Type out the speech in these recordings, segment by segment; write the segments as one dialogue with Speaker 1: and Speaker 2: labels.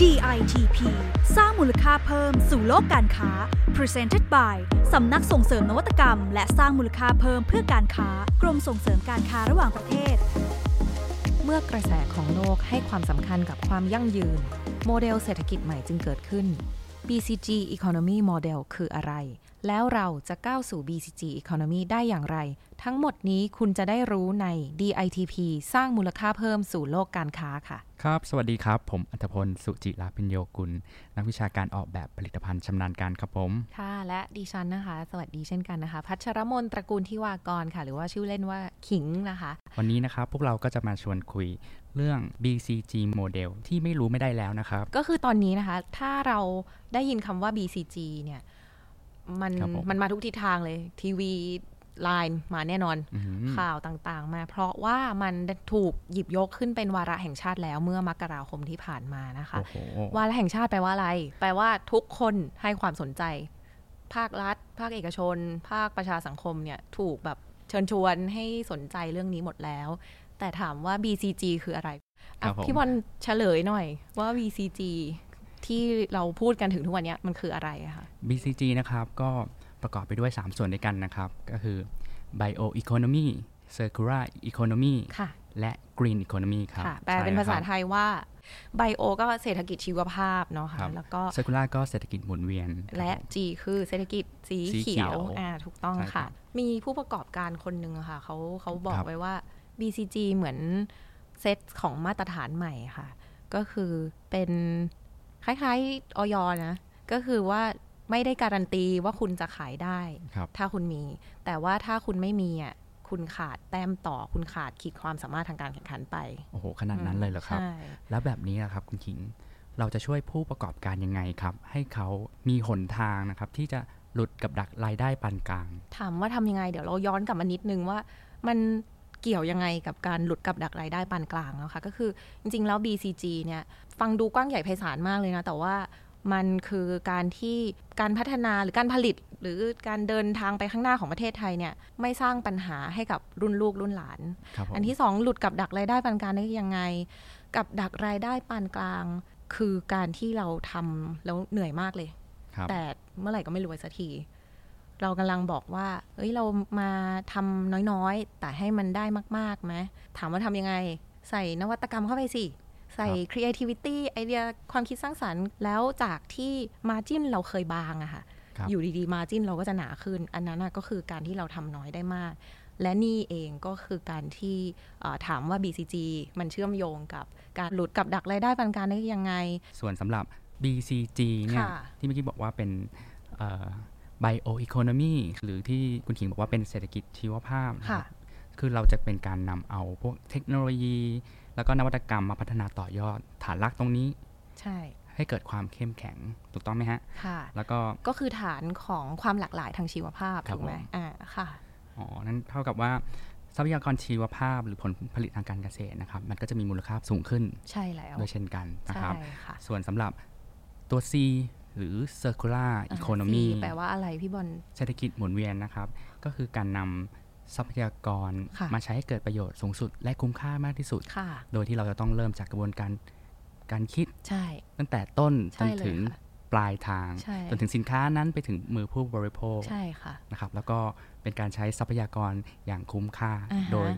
Speaker 1: DITP สร้างมูลค่าเพิ่มสู่โลกการค้า Presented by สำนักส่งเสริมนวัตกรรม และสร้างมูลค่าเพิ่มเพื่อการค้ากรมส่งเสริมการค้าระหว่างประเทศ
Speaker 2: เมื่อกระแสของโลกให้ความสำคัญกับความยั่งยืน โมเดลเศรษฐกิจใหม่จึงเกิดขึ้น BCG Economy Model คืออะไร แล้วเราจะก้าวสู่ BCG Economy ได้อย่างไร ทั้งหมดนี้คุณจะได้รู้ใน DITP สร้างมูลค่าเพิ่มสู่โลกการค้าค่ะ
Speaker 3: ครับ สวัสดีครับ ผมอัธพล สุจิราพิญโยกุล นักวิชาการออกแบบผลิตภัณฑ์ชำนาญการครับผม
Speaker 2: ค่ะ และดิฉันนะคะ สวัสดีเช่นกันนะคะ พัชรมนตระกูลทิวากรค่ะ หรือว่าชื่อเล่นว่าขิงนะคะ
Speaker 3: วันนี้นะครับ พวกเราก็จะมาชวนคุยเรื่อง BCG Model ที่ไม่รู้ไม่ได้แล้วนะครับ
Speaker 2: ก็คือตอนนี้นะคะ ถ้าเราได้ยินคำว่า BCG เนี่ย มัน
Speaker 3: ครับผม
Speaker 2: มันมาทุกทิศทางเลย ทีวีไลน์มาแน่นอน
Speaker 3: อืม
Speaker 2: ข่าวต่างๆ มา เพราะว่ามันถูกหยิบยกขึ้นเป็นวาระแห่งชาติแล้วเมื่อมกราคมที่ผ่านมานะคะ
Speaker 3: โอ้โห
Speaker 2: วาระแห่งชาติแปลว่าอะไร แปลว่าทุกคนให้ความสนใจ ภาครัฐ ภาคเอกชน ภาคประชาสังคมเนี่ย ถูกแบบเชิญชวนให้สนใจเรื่องนี้หมดแล้ว แต่ถามว่า BCG คืออะไร
Speaker 3: ครั
Speaker 2: อ่ะ
Speaker 3: บผม
Speaker 2: พี่บอลเฉลยหน่อยว่า BCG ที่เราพูดกันถึงทุกวันเนี้ยมันคืออะไรอะคะ
Speaker 3: BCG นะครับ ก็ประกอบไปด้วย 3 ส่วนด้วยกันนะครับ ก็คือ Bio Economy Circular Economy
Speaker 2: ค่ะ
Speaker 3: และ Green Economy ครับ
Speaker 2: ค่ะแปลเป็นภาษาไทยว่าไบโอก็เศรษฐกิจชีวภาพเนาะ
Speaker 3: ครั
Speaker 2: ค่ะ
Speaker 3: บ
Speaker 2: แล้วก็
Speaker 3: Circular ก็เศรษฐกิจหมุนเวียนครับ
Speaker 2: และ
Speaker 3: ผม
Speaker 2: G คือเศรษฐกิจสี
Speaker 3: สีเขี
Speaker 2: เขี
Speaker 3: ย
Speaker 2: ยว วอ่าถูกต้อง
Speaker 3: ใช่ครั
Speaker 2: ค่ะ
Speaker 3: บ
Speaker 2: มีผู้ประกอบการคนหนึ่งอะค่ะเขาเขาบอ
Speaker 3: ค
Speaker 2: ก
Speaker 3: รับ
Speaker 2: ไว้ว่า BCG เหมือนเซตของมาตรฐานใหม่ค่ะ ก็คือเป็นคล้ายๆออยนะ ก็คือว่าไม่ได้การันตีว่าคุณจะขายได้
Speaker 3: ครับ
Speaker 2: ถ้าคุณมี แต่ว่าถ้าคุณไม่มีอ่ะคุณขาดแต้มต่อคุณขาดขีดความสามารถทางการแข่งขันไป
Speaker 3: โอ้โห ขนาดนั้นเลยเหรอครับ
Speaker 2: ใช่
Speaker 3: แล้วแบบนี้นะครับคุณขิง เราจะช่วยผู้ประกอบการยังไงครับ ให้เขามีหนทางนะครับ ที่จะหลุดกับดักรายได้ปานกลาง
Speaker 2: ถามว่าทำยังไง เดี๋ยวเราย้อนกลับมานิดนึงว่า มันเกี่ยวยังไงกับการหลุดกับดักรายได้ปานกลางนะคะก็คือจริงๆแล้ว BCG เนี่ยฟังดูกว้างใหญ่ไพศาลมากเลยนะ แต่ว่ามันคือการที่การพัฒนาหรือการผลิต หรือการเดินทางไปข้างหน้าของประเทศไทยเนี่ยไม่สร้างปัญหาให้กับรุ่นลูกรุ่นหลาน
Speaker 3: ครับผม
Speaker 2: อันที่สองหลุดกับดักรายได้ปานกลางได้ยังไง กับดักรายได้ปานกลาง คือการที่เราทำแล้วเหนื่อยมากเลย
Speaker 3: ครับ
Speaker 2: แต่เมื่อไหร่ก็ไม่รวยสักที เรากำลังบอกว่า เอ้ย เรามาทำน้อยๆ แต่ให้มันได้มากๆไหมถามว่าทำยังไง ใส่นวัตกรรมเข้าไปสิ ใส่
Speaker 3: ครับ
Speaker 2: creativity ไอเดียความคิดสร้างสรรค์ แล้วจากที่มาจิ้นเราเคยบางอะค่ะ
Speaker 3: ครับ
Speaker 2: อยู่ดีๆ มาจิ้นเราก็จะหนาขึ้น อันนั้นน่ะก็คือการที่เราทำน้อยได้มาก และนี่เองก็คือการที่เอ่อถามว่า BCG มันเชื่อมโยงกับการหลุดกับดักรายได้ปานกลางได้ยังไง
Speaker 3: ส่วนสำหรับ BCG เนี่ย
Speaker 2: ค่ะ
Speaker 3: ที่เมื่อกี้บอกว่าเป็นเอ่อ bio economy หรือที่คุณขิงบอกว่าเป็นเศรษฐกิจชีวภาพนะ
Speaker 2: ค่ะ
Speaker 3: รับคือเราจะเป็นการนำเอาพวกเทคโนโลยี แล้วก็นวัตกรรมมาพัฒนาต่อยอดฐานลักตรงนี้
Speaker 2: ใช่
Speaker 3: ให้เกิดความเข้มแข็งถูกต้องไหมฮะ
Speaker 2: ค่ะ
Speaker 3: แล้วก็
Speaker 2: ก็คือฐานของความหลากหลายทางชีวภาพ
Speaker 3: ครับ
Speaker 2: ถูกไหม
Speaker 3: ผม
Speaker 2: อ่าค่ะ
Speaker 3: อ๋อ นั่นเท่ากับว่าทรัพยากรชีวภาพหรือผลผลิตทางการเกษตรนะครับ มันก็จะมีมูลค่าสูงขึ้น
Speaker 2: ใช่แล้ว
Speaker 3: ด้วยเช่นกันนะ
Speaker 2: ใช่
Speaker 3: ครับ
Speaker 2: ค่ะ
Speaker 3: ส่วนสำหรับตัว C หรือ circular
Speaker 2: อ่า
Speaker 3: economy
Speaker 2: สี่แปลว่าอะไรพี่บอล
Speaker 3: เศรษฐกิจหมุนเวียนนะครับ ก็คือการนำทรัพยากร
Speaker 2: ค่ะ
Speaker 3: มาใช้ให้เกิดประโยชน์สูงสุด และคุ้มค่ามากที่สุด
Speaker 2: ค่ะ
Speaker 3: โดยที่เราจะต้องเริ่มจากกระบวนการการคิด
Speaker 2: ใช่
Speaker 3: ตั้งแต่ต้น
Speaker 2: ใช่
Speaker 3: จน
Speaker 2: เลย
Speaker 3: ถึง
Speaker 2: ค่ะ
Speaker 3: ปลายทาง
Speaker 2: ใช่
Speaker 3: จนถึงสินค้านั้นไปถึงมือผู้บริโภค
Speaker 2: ใช่ค่ะ
Speaker 3: นะครับแล้วก็เป็นการใช้ทรัพยากรอย่างคุ้มค่า
Speaker 2: อ่าฮะ
Speaker 3: โดย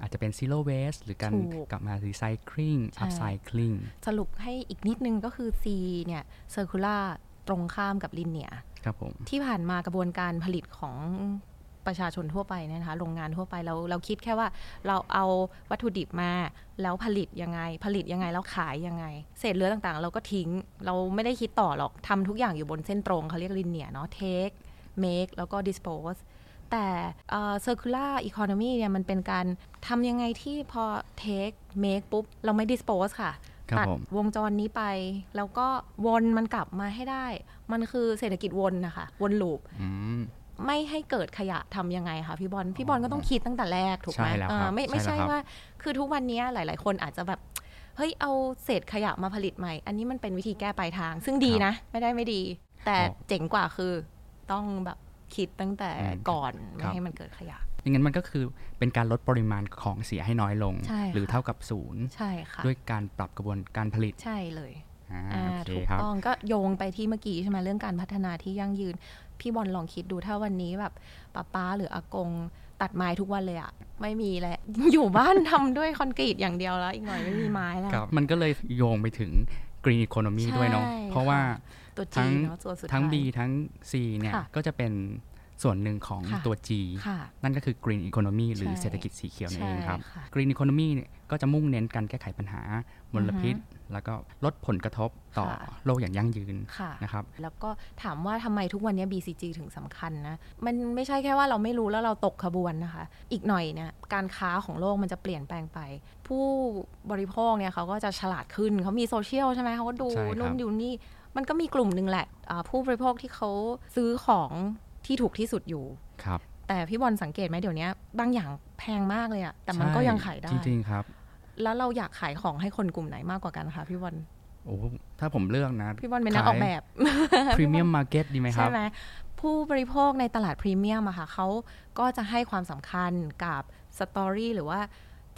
Speaker 3: อาจจะเป็น zero waste หรือการ
Speaker 2: ถูก
Speaker 3: กลับมา recycling
Speaker 2: ใช่
Speaker 3: upcycling
Speaker 2: สรุปให้อีกนิดนึงก็คือ C เนี่ย circular ตรงข้ามกับลินเนีย
Speaker 3: ครับผม
Speaker 2: ที่ผ่านมากระบวนการผลิตของประชาชนทั่วไปเนยนะคะ โรงงานทั่วไปเราเราคิดแค่ว่าเราเอาวัตถุดิบมา แล้วผลิตยังไง ผลิตยังไงแล้วขายยังไง เศษเหลือต่างๆ เราก็ทิ้ง เราไม่ได้คิดต่อหรอกทำทุกอย่างอยู่บนเส้นตรงเขาเรียกลินเนียเนาะ take make แล้วก็ dispose แต่เอ่อ circular economy เนี่ยมันเป็นการทำยังไงที่พอ take make ปุ๊บ เราไม่ dispose ค่ะ
Speaker 3: ครับ
Speaker 2: ตัด
Speaker 3: ผม
Speaker 2: วงจรนี้ไป แล้วก็วนมันกลับมาให้ได้ มันคือเศรษฐกิจวนนะคะ วนลูป
Speaker 3: อืม
Speaker 2: ไม่ให้เกิดขยะทำยังไงคะพี่บอลพี่บอลก็ต้องคิดตั้งแต่แรกถูกไหม
Speaker 3: ใช่แล้วครับ
Speaker 2: เออไม่ไม่ใช่
Speaker 3: ใช่แล้วครับ
Speaker 2: ว่า คือทุกวันนี้หลาย ๆ คนอาจจะแบบ เฮ้ย เอาเศษขยะมาผลิตใหม่ อันนี้มันเป็นวิธีแก้ปลายทาง ซึ่งดีนะ ไม่ได้ไม่ดี แต่เจ๋งกว่าคือต้องแบบคิดตั้งแต่ก่อนไม่ให้มันเกิดขยะ
Speaker 3: อย่างนั้นมันก็คือเป็นการลดปริมาณของเสียให้น้อยลง
Speaker 2: ใช่ค่ะ
Speaker 3: หรือเท่ากับศูนย์
Speaker 2: ใช่ค่ะ
Speaker 3: ด้วยการปรับกระบวนการผลิต
Speaker 2: ใช่เลย
Speaker 3: อ่า
Speaker 2: อ่า
Speaker 3: โอเค
Speaker 2: ถูก
Speaker 3: ครับ
Speaker 2: ต้องก็โยงไปที่เมื่อกี้ใช่ไหมเรื่องการพัฒนาที่ยั่งยืน พี่บอลลองคิดดูถ้าวันนี้แบบป้าป้าหรืออากงตัดไม้ทุกวันเลยอะ ไม่มีแล้ว อยู่บ้านทำด้วยคอนกรีตอย่างเดียวแล้วอีกหน่อยไม่มีไม้แล้ว
Speaker 3: ครับมันก็เลยโยงไปถึง Green Economy
Speaker 2: ใช่
Speaker 3: ด้วยเนาะ
Speaker 2: ค่ะ
Speaker 3: เพราะว่า
Speaker 2: ตัว
Speaker 3: ทั้
Speaker 2: จี
Speaker 3: ง
Speaker 2: เนาะตัวสุดท้าย
Speaker 3: ทั้ง B ทั้ง C เนี่ย
Speaker 2: ค่ะ
Speaker 3: ก็จะเป็นส่วนหนึ่งของ
Speaker 2: ค่ะ
Speaker 3: ตัว G
Speaker 2: ค่ะ
Speaker 3: นั่นก็คือ Green Economy หรือ
Speaker 2: ใช่
Speaker 3: เศรษฐกิจสีเขียวนั่น
Speaker 2: ใช่
Speaker 3: เองครับ
Speaker 2: ค่ะ
Speaker 3: Green Economy เนี่ยก็จะมุ่งเน้นการแก้ไขปัญหา มลพิษ
Speaker 2: อือฮึ
Speaker 3: แล้วก็ลดผลกระทบต่อ
Speaker 2: ค่ะ
Speaker 3: โลกอย่างยั่งยืน
Speaker 2: ค่ะ
Speaker 3: นะครับ
Speaker 2: แล้วก็ถามว่าทำไมทุกวันนี้ BCG ถึงสำคัญนะ มันไม่ใช่แค่ว่าเราไม่รู้แล้วเราตกขบวนนะคะ อีกหน่อยเนี่ยการค้าของโลกมันจะเปลี่ยนแปลงไป ผู้บริโภคเนี่ยเขาก็จะฉลาดขึ้นเขามีโซเชียลใช่ไหมเขาก็ดู
Speaker 3: ใช่ครับ
Speaker 2: นู่นดูนี่ มันก็มีกลุ่มหนึ่งแหละอ่าผู้บริโภคที่เขาซื้อของที่ถูกที่สุดอยู่
Speaker 3: ครับ
Speaker 2: แต่พี่บอลสังเกตไหมเดี๋ยวนี้บางอย่างแพงมากเลยอะแต่มันก็
Speaker 3: ใช่
Speaker 2: ยังขายได้
Speaker 3: จริงๆครับ
Speaker 2: แล้วเราอยากขายของให้คนกลุ่มไหนมากกว่ากันคะพี่บอล
Speaker 3: โอ้ถ้าผมเลือก นะ
Speaker 2: พี่บอลเป็นนักออกแบบ
Speaker 3: พรีเมียมมาร์เก็ตดีไหมค
Speaker 2: ใช่
Speaker 3: รับ
Speaker 2: ไหมผู้บริโภคในตลาดพรีเมียมอะค่ะเขาก็จะให้ความสำคัญกับสตอรี่หรือว่า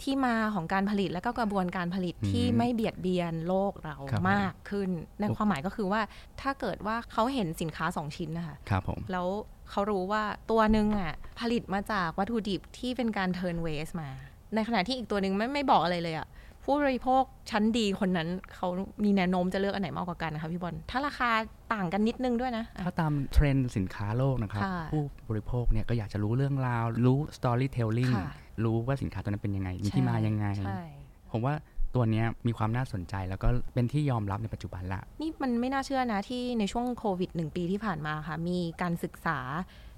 Speaker 2: ที่มาของการผลิตและก็กระบวนการผลิต
Speaker 3: อืม
Speaker 2: ที่ไม่เบียดเบียนโลกเรา
Speaker 3: ครับผม
Speaker 2: มากขึ้น ใน
Speaker 3: โอ้
Speaker 2: ความหมายก็คือว่าถ้าเกิดว่าเขาเห็นสินค้าสองชิ้นนะคะ
Speaker 3: ครับผม
Speaker 2: แล้วเขารู้ว่าตัวหนึ่งอะผลิตมาจากวัตถุดิบที่เป็นการเทิร์นเวสมา ในขณะที่อีกตัวหนึ่งไม่ไม่บอกอะไรเลยอะผู้บริโภคชั้นดีคนนั้นเขามีแนวโน้มจะเลือกอันไหนมากกว่ากันนะคะพี่บอลถ้าราคาต่างกันนิดนึงด้วยนะ
Speaker 3: ถ้าตามเทรนด์สินค้าโลกนะครับ
Speaker 2: ค่ะ
Speaker 3: ผู้บริโภคเนี่ยก็อยากจะรู้เรื่องราว รู้สตอรี่เทลลิ่ง
Speaker 2: ค่ะ
Speaker 3: รู้ว่าสินค้าตัวนั้นเป็นยังไง มี
Speaker 2: ใช่
Speaker 3: ที่มายังไง
Speaker 2: ใช่
Speaker 3: ผมว่าตัวเนี้ยมีความน่าสนใจแล้วก็เป็นที่ยอมรับในปัจจุบันละ
Speaker 2: นี่มันไม่น่าเชื่อนะที่ในช่วงโควิดหนึ่งปีที่ผ่านมาค่ะ มีการศึกษา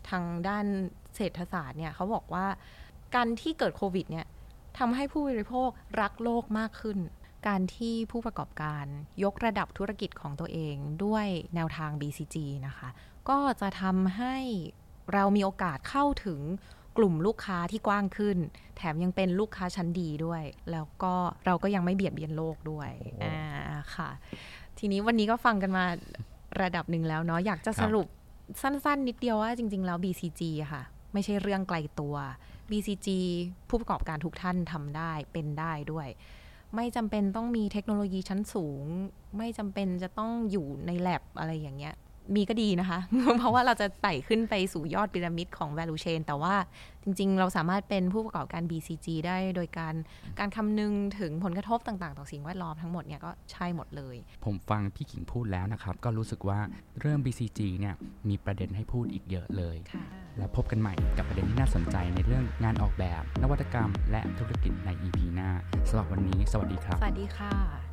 Speaker 2: ทางด้านเศรษฐศาสตร์เนี่ยเขาบอกว่าการที่เกิดโควิดเนี่ยทำให้ผู้บริโภครักโลกมากขึ้น การที่ผู้ประกอบการยกระดับธุรกิจของตัวเองด้วยแนวทาง BCG นะคะ ก็จะทำให้เรามีโอกาสเข้าถึงกลุ่มลูกค้าที่กว้างขึ้น แถมยังเป็นลูกค้าชั้นดีด้วย แล้วก็เราก็ยังไม่เบียดเบียนโลกด้วย
Speaker 3: โอ้โห
Speaker 2: อ่าค่ะ ทีนี้วันนี้ก็ฟังกันมาระดับหนึ่งแล้วเนาะอยากจะสรุปสั้นๆ นิดเดียวว่าจริง ๆ แล้ว BCG อะค่ะ ไม่ใช่เรื่องไกลตัว BCG ผู้ประกอบการทุกท่านทำได้เป็นได้ด้วย ไม่จำเป็นต้องมีเทคโนโลยีชั้นสูง ไม่จำเป็นจะต้องอยู่ใน lab อะไรอย่างเงี้ย มีก็ดีนะคะ เพราะว่าเราจะไต่ขึ้นไปสู่ยอดพีระมิดของ value chain แต่ว่าจริง ๆ เราสามารถเป็นผู้ประกอบการ BCG ได้โดยการการคำนึงถึงผลกระทบต่างๆ ต่อสิ่งแวดล้อมทั้งหมดเนี่ยก็ใช่หมดเลย
Speaker 3: ผมฟังพี่ขิงพูดแล้วนะครับ ก็รู้สึกว่าเรื่อง BCG เนี่ยมีประเด็นให้พูดอีกเยอะเลย
Speaker 2: ค่ะ
Speaker 3: แล้วพบกันใหม่กับประเด็นที่น่าสนใจในเรื่องงานออกแบบ นวัตกรรม และธุรกิจใน EP หน้าสำหรับวันนี้ สวัสดีครับ
Speaker 2: สวัสดีค่ะ